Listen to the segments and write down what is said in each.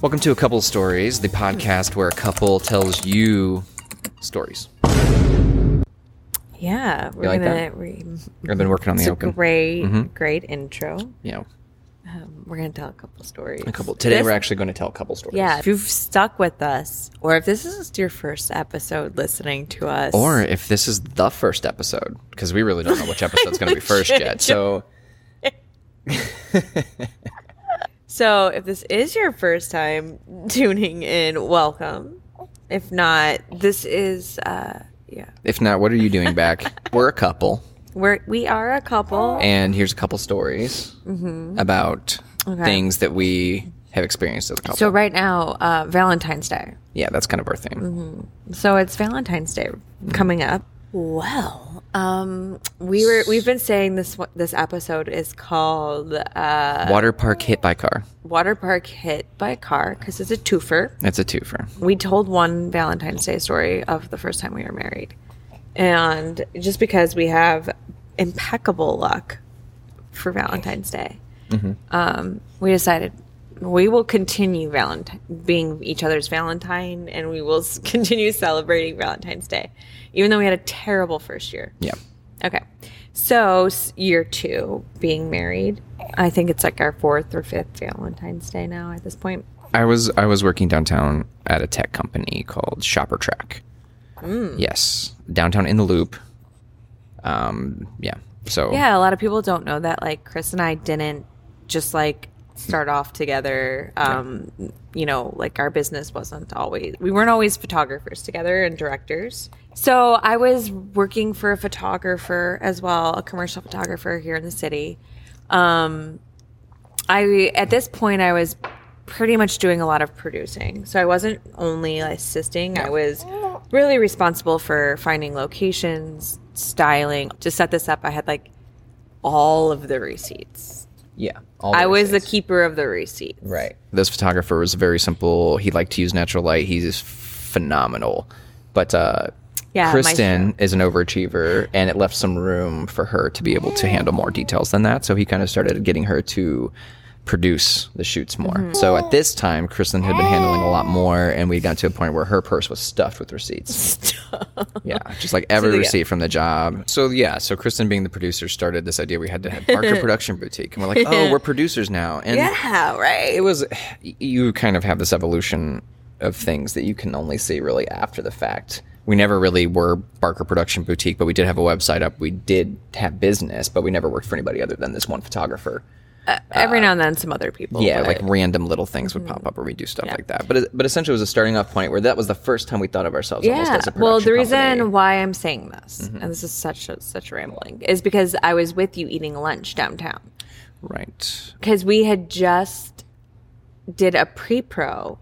Welcome to A Couple Stories, the podcast where a couple tells you stories. Yeah, we're like gonna. that? We, I've been working on the it's a open. great, Mhm. great intro. Yeah, Um, we're gonna tell a couple stories. a couple. Today This- we're actually going to tell a couple stories. Yeah, if you've stuck with us, or if this is your first episode listening to us, Or if this is the first episode, because we really don't know which episode's going to be first yet. So so if this is your first time tuning in, welcome. If not, this is uh, yeah, if not, what are you doing back? we're a couple, we're we are a couple. and here's a couple stories about Mm-hmm. Okay. things that we have experienced as a couple. So right now, uh, Valentine's Day. yeah, that's kind of our theme. Mm-hmm. So it's Valentine's Day coming up. Well, um, we were we've been saying this one- this episode is called uh, Water park hit by car. "Water Park Hit by Car" because it's a twofer. That's a twofer. We told one Valentine's Day story of the first time we were married, and just because we have impeccable luck for Valentine's Day, um, we decided we will continue Valentine being each other's Valentine, and we will s- continue celebrating Valentine's Day, even though we had a terrible first year. Yeah. Okay, so s- year two being married, I think it's like our fourth or fifth Valentine's Day now at this point. I was I was working downtown at a tech company called Shopper Track. Mm. Yes, downtown in the Loop. Um, yeah. So Yeah, a lot of people don't know that. Like Chris and I didn't just like start off together. Um, You know, like our business wasn't always we weren't always photographers together and directors. So I was working for a photographer as well, a commercial photographer here in the city. Um, I at this point I was pretty much doing a lot of producing. So I wasn't only assisting, I was really responsible for finding locations, styling. To set this up, I had like all of the receipts. yeah. all I was the receipts. keeper of the receipts. right. This photographer was very simple. He liked to use natural light. He's phenomenal. But uh, Yeah, Kristen is an overachiever, and it left some room for her to be able to handle more details than that. So he kind of started getting her to produce the shoots more. Mm-hmm. So at this time, Kristen had been handling a lot more, and we got to a point where her purse was stuffed with receipts. yeah, just like every yeah. receipt from the job. So yeah, so Kristen being the producer started this idea we had to have Parker Production Boutique, and we're like, oh, we're producers now, and Yeah, right. it was you kind of have this evolution of things that you can only see really after the fact we never really were barker production boutique but we did have a website up we did have business but we never worked for anybody other than this one photographer Every now and then some other people. Uh, yeah would. like random little things would Mm. pop up where we do stuff like that but but essentially it was a starting off point where that was the first time we thought of ourselves almost as a production well, the company. Mm-hmm. reason why I'm saying this, and this is such a, such rambling, is because I was with you eating lunch downtown right because we had just did a pre pro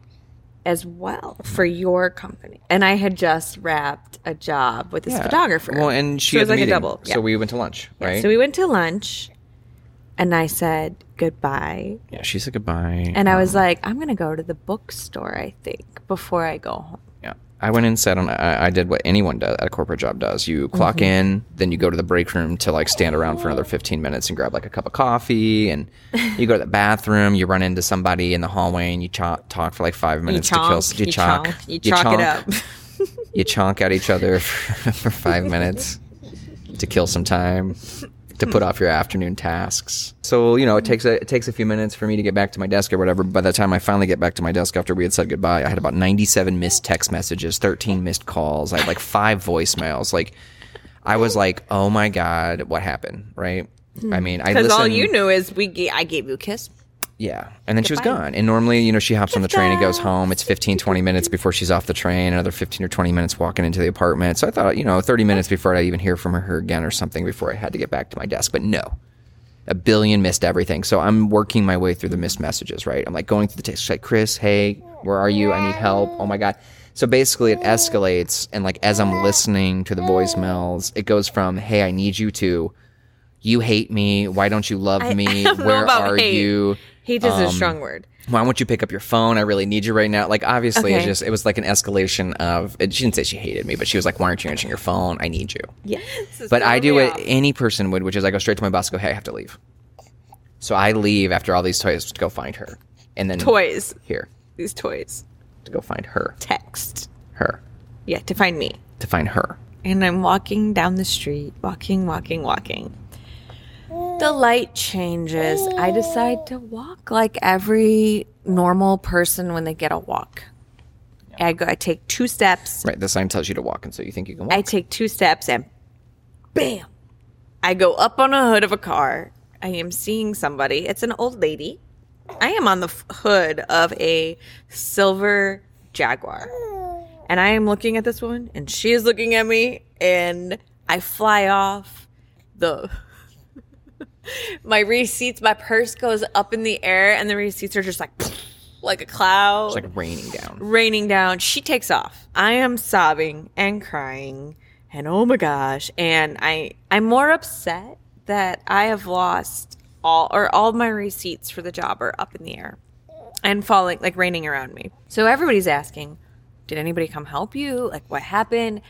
as well for your company, and I had just wrapped a job with this Yeah. photographer. well and she so it had was the like meeting, a double. Yeah. so we went to lunch right So we went to lunch, and I said goodbye, yeah she said goodbye and I was like, I'm gonna go to the bookstore, I think, before I go home. Yeah. I went and sat on. I, I did what anyone does at a corporate job does. You Mm-hmm. clock in, then you go to the break room to like stand around for another Oh. fifteen minutes and grab like a cup of coffee, and you go to the bathroom. You run into somebody in the hallway and you cho- talk for like five minutes to kill. chonk, you chonk, you chalk it up. You chonk at each other for, for five minutes to kill some time, to put off your afternoon tasks. So you know it takes a, it takes a few minutes for me to get back to my desk or whatever. By the time I finally get back to my desk after we had said goodbye, I had about ninety seven missed text messages, thirteen missed calls, I had like five voicemails. Like I was like, oh my god, what happened? Right? I mean, I Because listened, all you knew is we. G- I gave you a kiss. yeah. And then she was Goodbye. gone. And normally, you know, she hops on the train and goes home. It's 15, 20 minutes before she's off the train, another 15 or 20 minutes walking into the apartment. So I thought, you know, 30 minutes before I even hear from her again or something before I had to get back to my desk. But no, a billion missed everything. So I'm working my way through the missed messages, right? I'm like going through the text, like, Chris, hey, where are you? I need help. Oh my God. So basically, it escalates. And like, as I'm listening to the voicemails, it goes from, hey, I need you to, you hate me. Why don't you love me? don't know Where about are hate. you? Hate is a strong word. why won't you pick up your phone? I really need you right now. Like, obviously, it's Okay. just, it was like an escalation of, it, she didn't say she hated me, but she was like, why aren't you answering your phone? I need you. Yes. But I do what any person would, which is I go straight to my boss, go, hey, I have to leave. So I leave after all these toys to go find her. And then Toys. here. these toys. to go find her. Text. Her. Yeah, to find me. To find her. And I'm walking down the street, walking, walking, walking. The light changes. I decide to walk like every normal person when they get a walk. I go I take two steps. Right. The sign tells you to walk, and so you think you can walk. I take two steps and bam. I go up on a hood of a car. I am seeing somebody. It's an old lady. I am on the f- hood of a silver Jaguar. And I am looking at this woman and she is looking at me and I fly off the my receipts, my purse goes up in the air and the receipts are just like like a cloud it's like raining down. raining down. She takes off. I am sobbing and crying and oh my gosh. And I I'm more upset that I have lost all or all my receipts for the job are up in the air and falling like raining around me. So everybody's asking, did anybody come help you? Like what happened?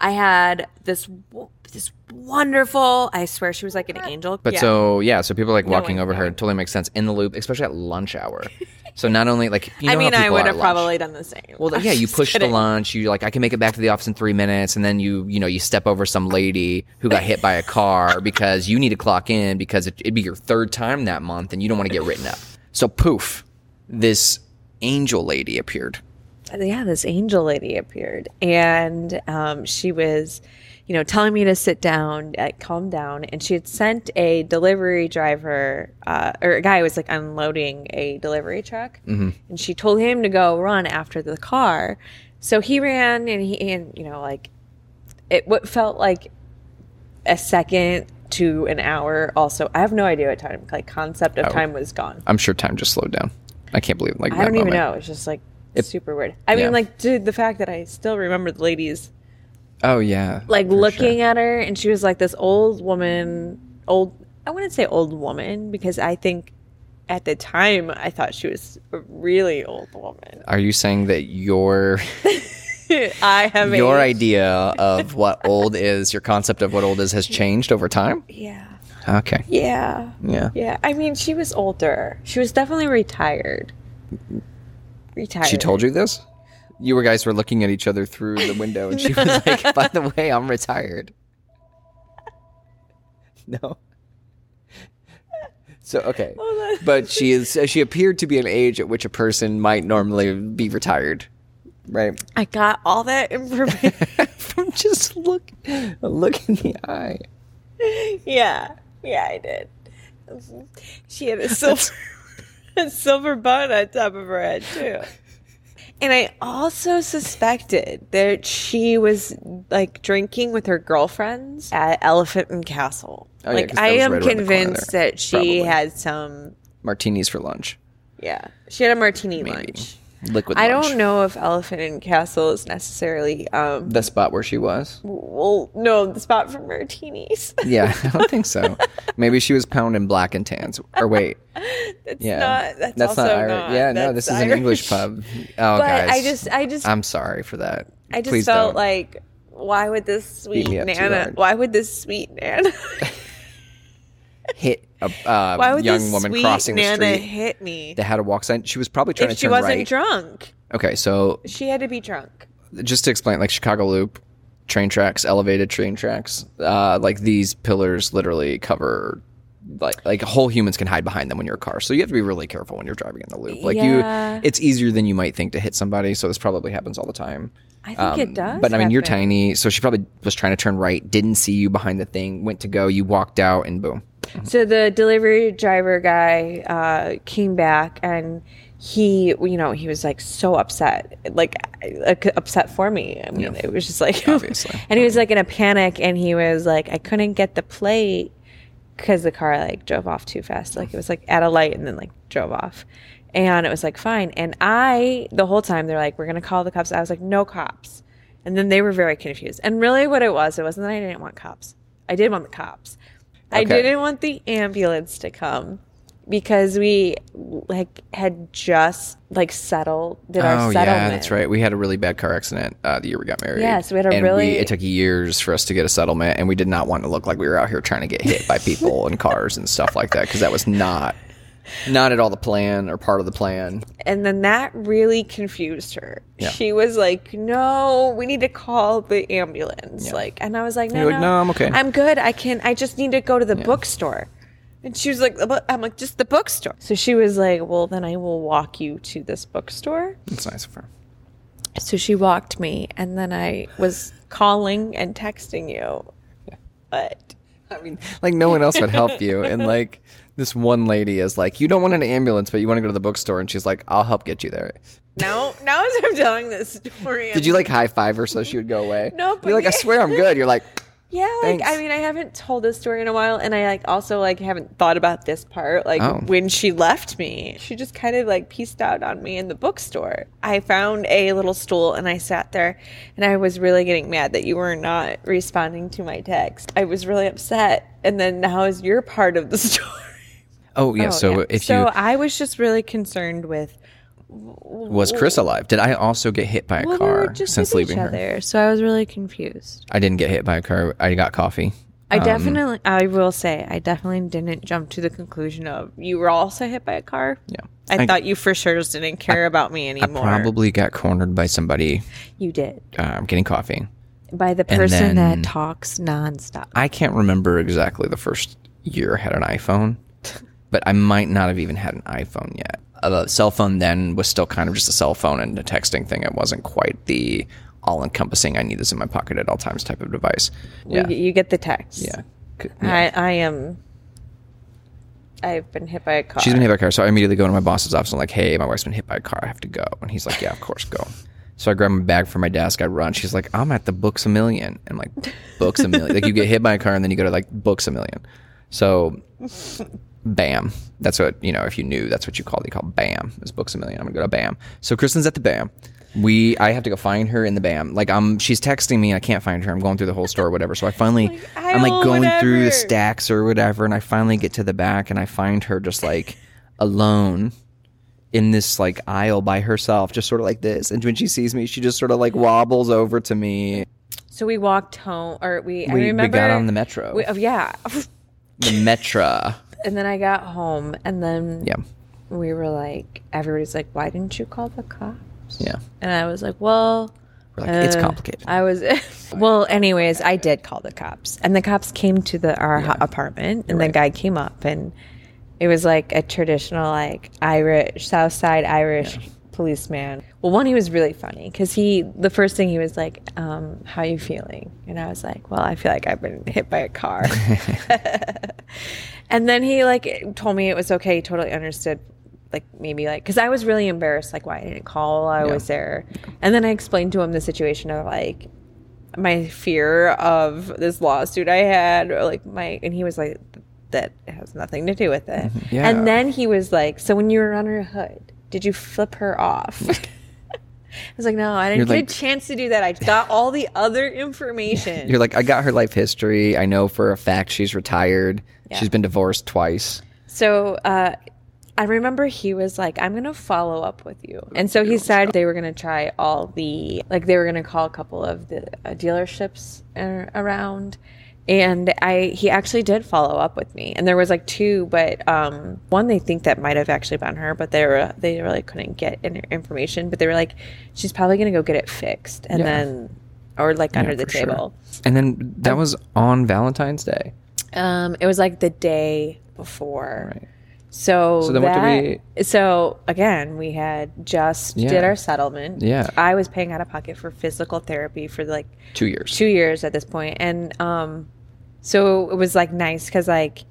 I had this w- this wonderful, I swear she was like an angel. But Yeah. so yeah, so people like walking one- over no her. one. Totally makes sense in the loop, especially at lunch hour. so not only like you know I mean, how I people would are at have lunch. probably done the same. Well, yeah, you push the kidding. lunch. You like, I can make it back to the office in three minutes, and then you, you know, you step over some lady who got hit by a car because you need to clock in because it, it'd be your third time that month, and you don't want to get written up. So poof, this angel lady appeared. yeah, this angel lady appeared, and um, she was, you know, telling me to sit down, uh, calm down, and she had sent a delivery driver uh, or a guy who was like unloading a delivery truck, and she told him to go run after the car, so he ran, and he and you know like it what felt like a second to an hour. Also, I have no idea what time like concept of time was gone. I'm sure time just slowed down. I can't believe like I that don't even moment. know. It's just like super weird. I yeah. mean, like, dude, the fact that I still remember the ladies Oh yeah, like for looking sure. at her, and she was like this old woman. Old, I wouldn't say old woman because I think at the time I thought she was a really old woman. Are you saying that your I have your aged. idea of what old is, your concept of what old is, has changed over time? Yeah, Okay. yeah, Yeah. yeah. I mean, she was older. She was definitely retired. Retired. She told you this? You were guys were looking at each other through the window, and she was like, "By the way, I'm retired." No. So okay, Hold on. but she is uh, she appeared to be an age at which a person might normally be retired, right? I got all that information. From just look a look in the eye. Yeah, yeah, I did. She had a silver, a silver bun on top of her head too. And I also suspected that she was like drinking with her girlfriends at Elephant and Castle. Oh, yeah, like 'cause that I was am right around the corner convinced there, that she probably. had some. Martinis for lunch, Yeah, she had a martini lunch. liquid. I lunch. don't know if Elephant and Castle is necessarily um the spot where she was. well no the spot for martinis. Yeah, I don't think so. Maybe she was pounding black and tans. Or wait, That's yeah, not. That's, also not. Irish. Yeah, no, this that's is an Irish. English pub. Oh, But guys, I just, I just, I'm sorry for that. I just uh, Please felt don't. like, why would this sweet me up too Nana? hard. Why would this sweet Nana? hit a uh, Why would young this woman sweet crossing Nana the street. hit me? They had a walk sign. She was probably trying If to she turn wasn't right. drunk, okay, so she had to be drunk. just to explain, like Chicago Loop, train tracks, elevated train tracks, uh, like these pillars literally cover. Like, like whole humans can hide behind them when you're a car, so you have to be really careful when you're driving in the loop. Like Yeah. you, it's easier than you might think to hit somebody. So this probably happens all the time. I think Um, it does. But I mean, you're happen. tiny, so she probably was trying to turn right, didn't see you behind the thing, went to go, you walked out, and boom. So the delivery driver guy uh, came back and he, you know, he was like so upset, like, like upset for me. I mean, it was just like, Obviously. and he was like in a panic and he was like, I couldn't get the plate because the car like drove off too fast. Like it was like at a light and then like drove off. And it was like, fine. And I, the whole time, they're like, we're going to call the cops. I was like, no cops. And then they were very confused. And really, what it was, it wasn't that I didn't want cops. I did want the cops. I Okay. didn't want the ambulance to come because we like had just like settled did our settlement. Oh, yeah, that's right. We had a really bad car accident uh, the year we got married. Yes, we had a and really- it took years for us to get a settlement, and we did not want to look like we were out here trying to get hit by people and cars and stuff like that because that was not Not at all the plan or part of the plan. And then that really confused her. She was like, "No, we need to call the ambulance." Like, and I was like, "No, You're like, "No, I'm okay." I'm good. I can. I just need to go to the bookstore." And she was like, "But-" "I'm like just the bookstore." So she was like, "Well, then I will walk you to this bookstore." It's nice of her. So she walked me, and then I was calling and texting you, but I mean, like no one else would help you, and like this one lady is like, "You don't want an ambulance, but you want to go to the bookstore," and she's like, "I'll help get you there." now, now as I'm telling this story, I'm Did you like high five her so she would go away? No, but You're like, I yeah. swear I'm good. You're like, Yeah, like Thanks. I mean, I haven't told this story in a while, and I like also like haven't thought about this part. Like Oh. when she left me, she just kind of like pieced out on me in the bookstore. I found a little stool and I sat there, and I was really getting mad that you were not responding to my text. I was really upset, and then now is your part of the story. "Oh yeah." Oh, so yeah. if so you I was just really concerned with was Chris alive? Did I also get hit by a well, we car were just since with each leaving her? other, so I was really confused. I didn't get hit by a car. I got coffee. I definitely, I will say, I definitely didn't jump to the conclusion of you were also hit by a car. Yeah. I, I- thought you for sure just didn't care about me I anymore. probably got cornered by somebody you did um, getting coffee. by the person then- that talks nonstop. I can't remember exactly the first year I had an iPhone, but I might not have even had an iPhone yet. A cell phone then was still kind of just a cell phone and a texting thing. It wasn't quite the all encompassing, I need this in my pocket at all times type of device. Yeah. You, you get the text. Yeah. C- yeah. I, I am. I've been hit by a car. She's been hit by a car. So I immediately go to my boss's office. I'm like, hey, my wife's been hit by a car. I have to go. And he's like, yeah, of course, go. So I grab my bag from my desk. I run. She's like, I'm at the Books a Million. And I'm like, Books a Million. like, you get hit by a car and then you go to like Books a Million. So BAM. That's what, you know, if you knew, that's what you called it. You call BAM is Books a Million. I'm going to go to BAM. So Kristen's at the BAM. We, I have to go find her in the BAM. Like, I'm, she's texting me and I can't find her. I'm going through the whole store or whatever. So I finally, Like, I'm like aisle, going through the whatever. stacks or whatever. And I finally get to the back and I find her just like alone in this like aisle by herself, just sort of like this. And when she sees me, she just sort of like wobbles over to me. so we walked home, or we. I We, we remember got on the metro. we- oh, yeah, the metra. and then I got home, and then Yeah. we were like, everybody's like, "Why didn't you call the cops?" Yeah. And I was like, well, We're like, it's uh, complicated. I was, well, anyways, I did call the cops. And the cops came to the our ho- apartment, and the guy came up, and it was like a traditional, like, Irish, South Side Irish policeman. Well, one, he was really funny because he, the first thing he was like, um, how you feeling? And I was like, well, I feel like I've been hit by a car. And then he like told me it was okay, he totally understood. Like maybe like because I was really embarrassed, like why I didn't call while I was there. And then I explained to him the situation of like my fear of this lawsuit I had, or like my and he was like that has nothing to do with it. Mm-hmm. Yeah. And then he was like, so when you were on her hood, did you flip her off? I was like, no, I didn't You're get like- a chance to do that. I got all the other information. You're like, I got her life history. I know for a fact she's retired. She's been divorced twice. So uh, I remember he was like, I'm going to follow up with you. And so he said they were going to try all the, like, they were going to call a couple of the uh, dealerships uh, around. And I, he actually did follow up with me, and there was like two, but um, one they think that might have actually been her, but they were they really couldn't get any information. But they were like, she's probably gonna go get it fixed, and then or like under the for sure. table. And then that was on Valentine's Day. Um, it was like the day before. So, then what did that- So again, we had just Yeah. did our settlement. Yeah. I was paying out of pocket for physical therapy for like Two years. two years at this point, and um, so it was like nice because like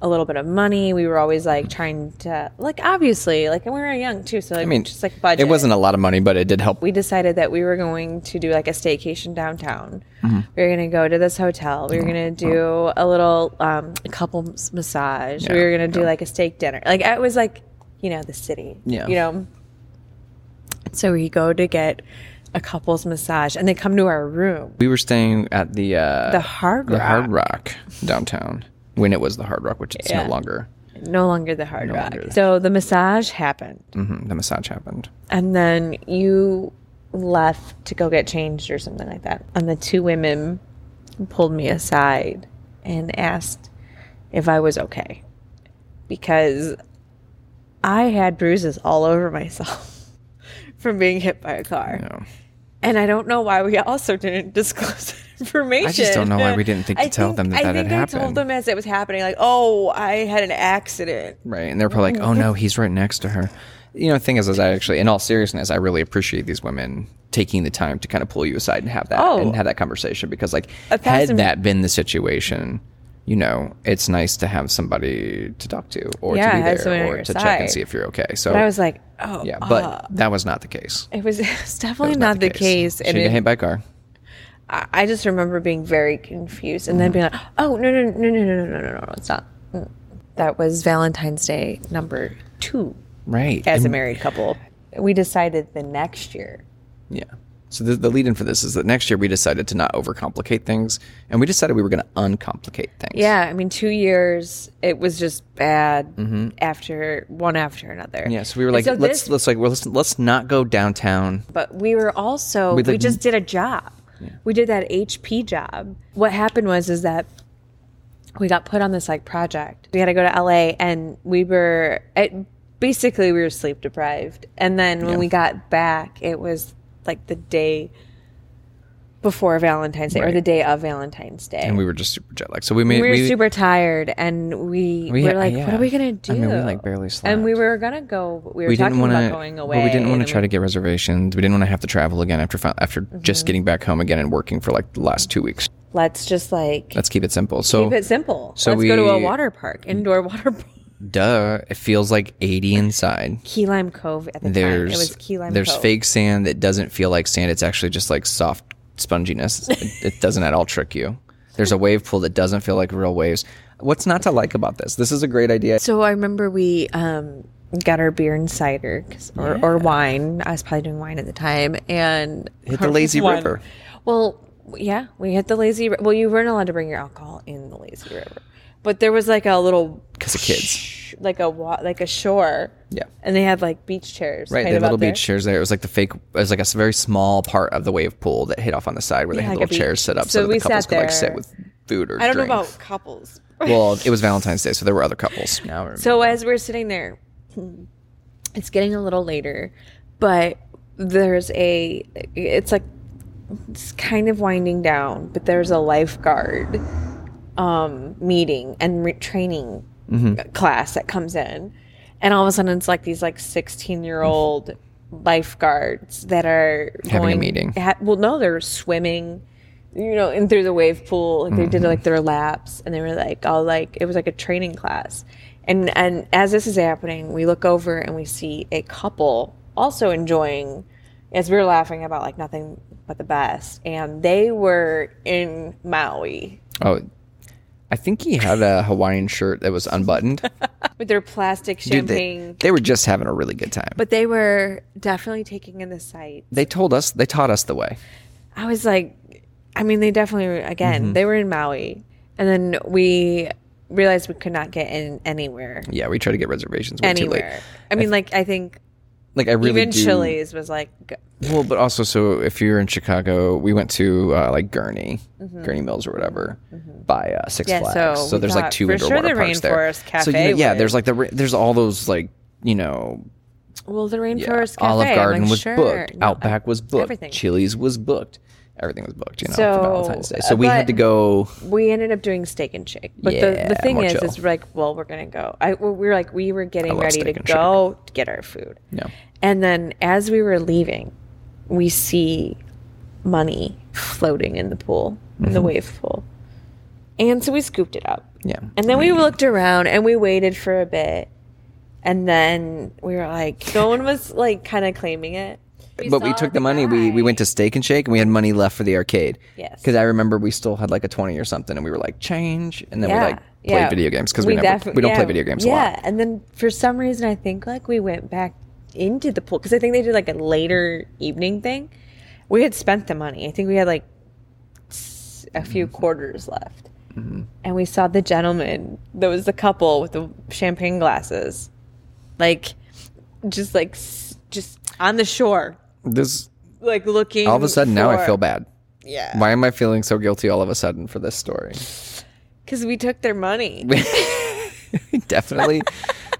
a little bit of money. We were always like trying to like obviously like and we were young too, so like, I mean, just like budget It wasn't a lot of money, but it did help. we decided that we were going to do like a staycation downtown. Mm-hmm. We were going to go to this hotel. We were going to do a little um, couples massage. we Yeah, were going to do like a steak dinner. Like it was like, you know, the city. Yeah. You know? So we go to get a couples massage and they come to our room. We were staying at the uh, The Hard the Rock. Hard Rock downtown when it was the Hard Rock, which it's Yeah. no longer. No longer the Hard Rock. longer the- So the massage happened. hmm The massage happened. And then you left to go get changed or something like that. And the two women pulled me aside and asked if I was okay because I had bruises all over myself from being hit by a car. No. And I don't know why we also didn't disclose that information. don't know why we didn't think to tell them that I that had think I told happened. them as it was happening, like, "Oh, I had an accident." Right. And they're probably like, oh no, he's right next to her. You know, the thing is, is I actually, in all seriousness, I really appreciate these women taking the time to kind of pull you aside and have that Oh. and have that conversation because, like, A thousand- had that been the situation, you know, it's nice to have somebody to talk to or Yeah, to have be someone on there or your to check side. and see if you're okay. So But I was like, "Oh, yeah, but uh, that was not the case. it was, it was That definitely was not, the case." She and got it- hit by a car. I, I just remember being very confused and then being like, "Oh, no, no, no, no, no, no, no, no, no, it's not." Mm. That was Valentine's Day number two Right. as a And- married couple. We decided the next year. Yeah. So the, the lead in for this is that next year we decided to not overcomplicate things and we decided we were going to uncomplicate things. Yeah, I mean, two years it was just bad after one after another. Mm-hmm. Yeah, so we were And like, so let's this- let's like, well, let's let's not go downtown. but we were also we, We didn't- just did a job. We did that HP job. What happened was is that we got put on this like project. We had to go to LA, and we were it, basically we were sleep deprived. And then when Yeah. we got back, it was like the day before Valentine's Day or Right. the day of Valentine's Day. And we were just super jet lagged. So we made we were we, super tired and we, We were ha- like, what yeah. are we gonna do? I mean, we, like, barely And we slept. were gonna go. but We were we talking didn't want about to going away. we didn't and Mm-hmm. want then to try to get reservations. We didn't want to have to travel again after fi- after just getting back home again and working for like the last two weeks. Let's just like Let's keep it simple. So keep it simple. so Let's go to a we- water park, indoor water park. duh, it feels like eighty inside. Key Lime Cove at the time. It There's was Key Lime there's Cove. fake sand that doesn't feel like sand. It's actually just like soft sponginess. it, it doesn't at all trick you. There's a wave pool that doesn't feel like real waves. What's not to like about this? This is a great idea. So I remember we um, got our beer and cider 'cause- or, or wine. I was probably doing wine at the time and Hit the lazy Wine. river. Well, yeah, we hit the lazy. Ri- Well, you weren't allowed to bring your alcohol in the lazy river, but there was like a little 'Cause of kids. sh- like a wa- like a shore. Yeah. and they had like beach chairs. Right, kind they had of little out there. beach chairs there. It was like the fake. It was like a s- very small part of the wave pool that hit off on the side where they had like a little chairs beach. set up So so, that we the couples sat could like there. sit with food or I don't drink. know about couples. well, it was Valentine's Day, so there were other couples. Now I remember. So as we're sitting there, it's getting a little later, but there's a it's like it's kind of winding down, but there's a lifeguard um meeting and re- training Mm-hmm. class that comes in. And all of a sudden it's like these like 16-year-old lifeguards that are Having a going- meeting. ha- well no, they're swimming you know, and through the wave pool, like they did Mm-hmm. like their laps, and they were like all like it was like a training class, and and as this is happening, we look over and we see a couple also enjoying, as we were laughing about like nothing but the best, and they were in Maui oh, I think he had a Hawaiian shirt that was unbuttoned. with their plastic Dude, champagne, they, they were just having a really good time. but they were definitely taking in the sight. They told us. They taught us the way. I was like, I mean, they definitely were- again Mm-hmm. they were in Maui, and then we realized we could not get in anywhere. Yeah, we tried to get reservations way too late. anywhere. I mean, like I think Like I really even do- Chili's was like, g- Well, but also, so if you're in Chicago, we went to uh, like Gurney, Gurney Mills or whatever, by uh, Six Mm-hmm. Yeah, Flags. so So, we there's thought like two for indoor sure water the parks there. Rainforest so you know, Cafe yeah, would- there's like the ra- there's all those like you know well, the yeah, Rainforest Cafe, Olive I'm Garden like, was sure. booked, No, Outback was booked, everything. Chili's was booked, everything was booked. You know, So, for Valentine's Day. So we but- had to go. we ended up doing Steak and Shake, but the, the Yeah, thing more is, chill. is we're like, well, we're gonna go. I we were like, we were getting love ready to Steak and Shake. go to get our food, Yeah. and then as we were leaving, we see money floating in the pool, in the wave pool, and so we scooped it up. Yeah. And then we looked around and we waited for a bit. And then we were like, no one was like kind of claiming it. but we saw took the the money. We we went to Steak and Shake, and we had money left for the arcade. Yes. because I remember we still had like a twenty or something, and we were like change, and then we like played video games because we, never defi- we don't play yeah, video games yeah. a lot. And then for some reason, I think like we went back into the pool because I think they did like a later evening thing. We had spent the money. I think we had like s- a few Mm-hmm. quarters left. And we saw the gentleman that was the couple with the champagne glasses, like just like s- just on the shore, This like looking. all of a sudden now I for- feel bad. Yeah, Why am I feeling so guilty all of a sudden for this story? because we took their money. Definitely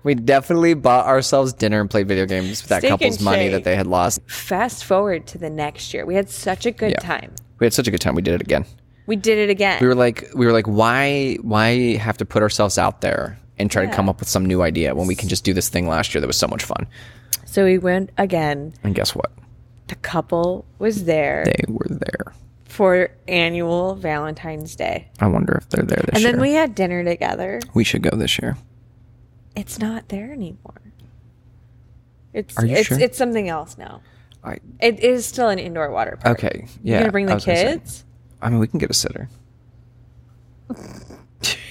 we definitely bought ourselves dinner and played video games with that Steak and couple's money shake. that they had lost. Fast forward to the next year. We had such a good Yeah. time. We had such a good time. We did it again. We did it again. We were like, we were like, why, why have to put ourselves out there and try to come up with some new idea when we can just do this thing last year that was so much fun? so we went again. And guess what? The couple was there They were there. for annual Valentine's Day. I wonder if they're there this And year. then we had dinner together. we should go this year. It's not there anymore. It's Are you it's sure? it's something else now. I, It is still an indoor water park. okay. You're Yeah. gonna bring I the was gonna say. kids? I mean, we can get a sitter.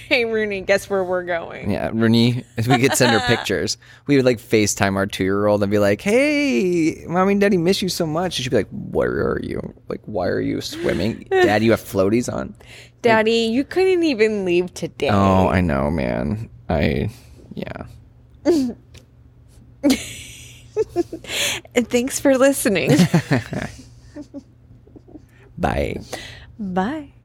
Hey Rooney, guess where we're going? Yeah, Rooney, if we could send her pictures, we would like FaceTime our two year old and be like, hey, mommy and daddy miss you so much. And she'd be like, where are you? Like, why are you swimming? Dad, you have floaties on? Daddy, you couldn't even leave today. Oh, I know, man. I, yeah. And thanks for listening. Bye. Bye.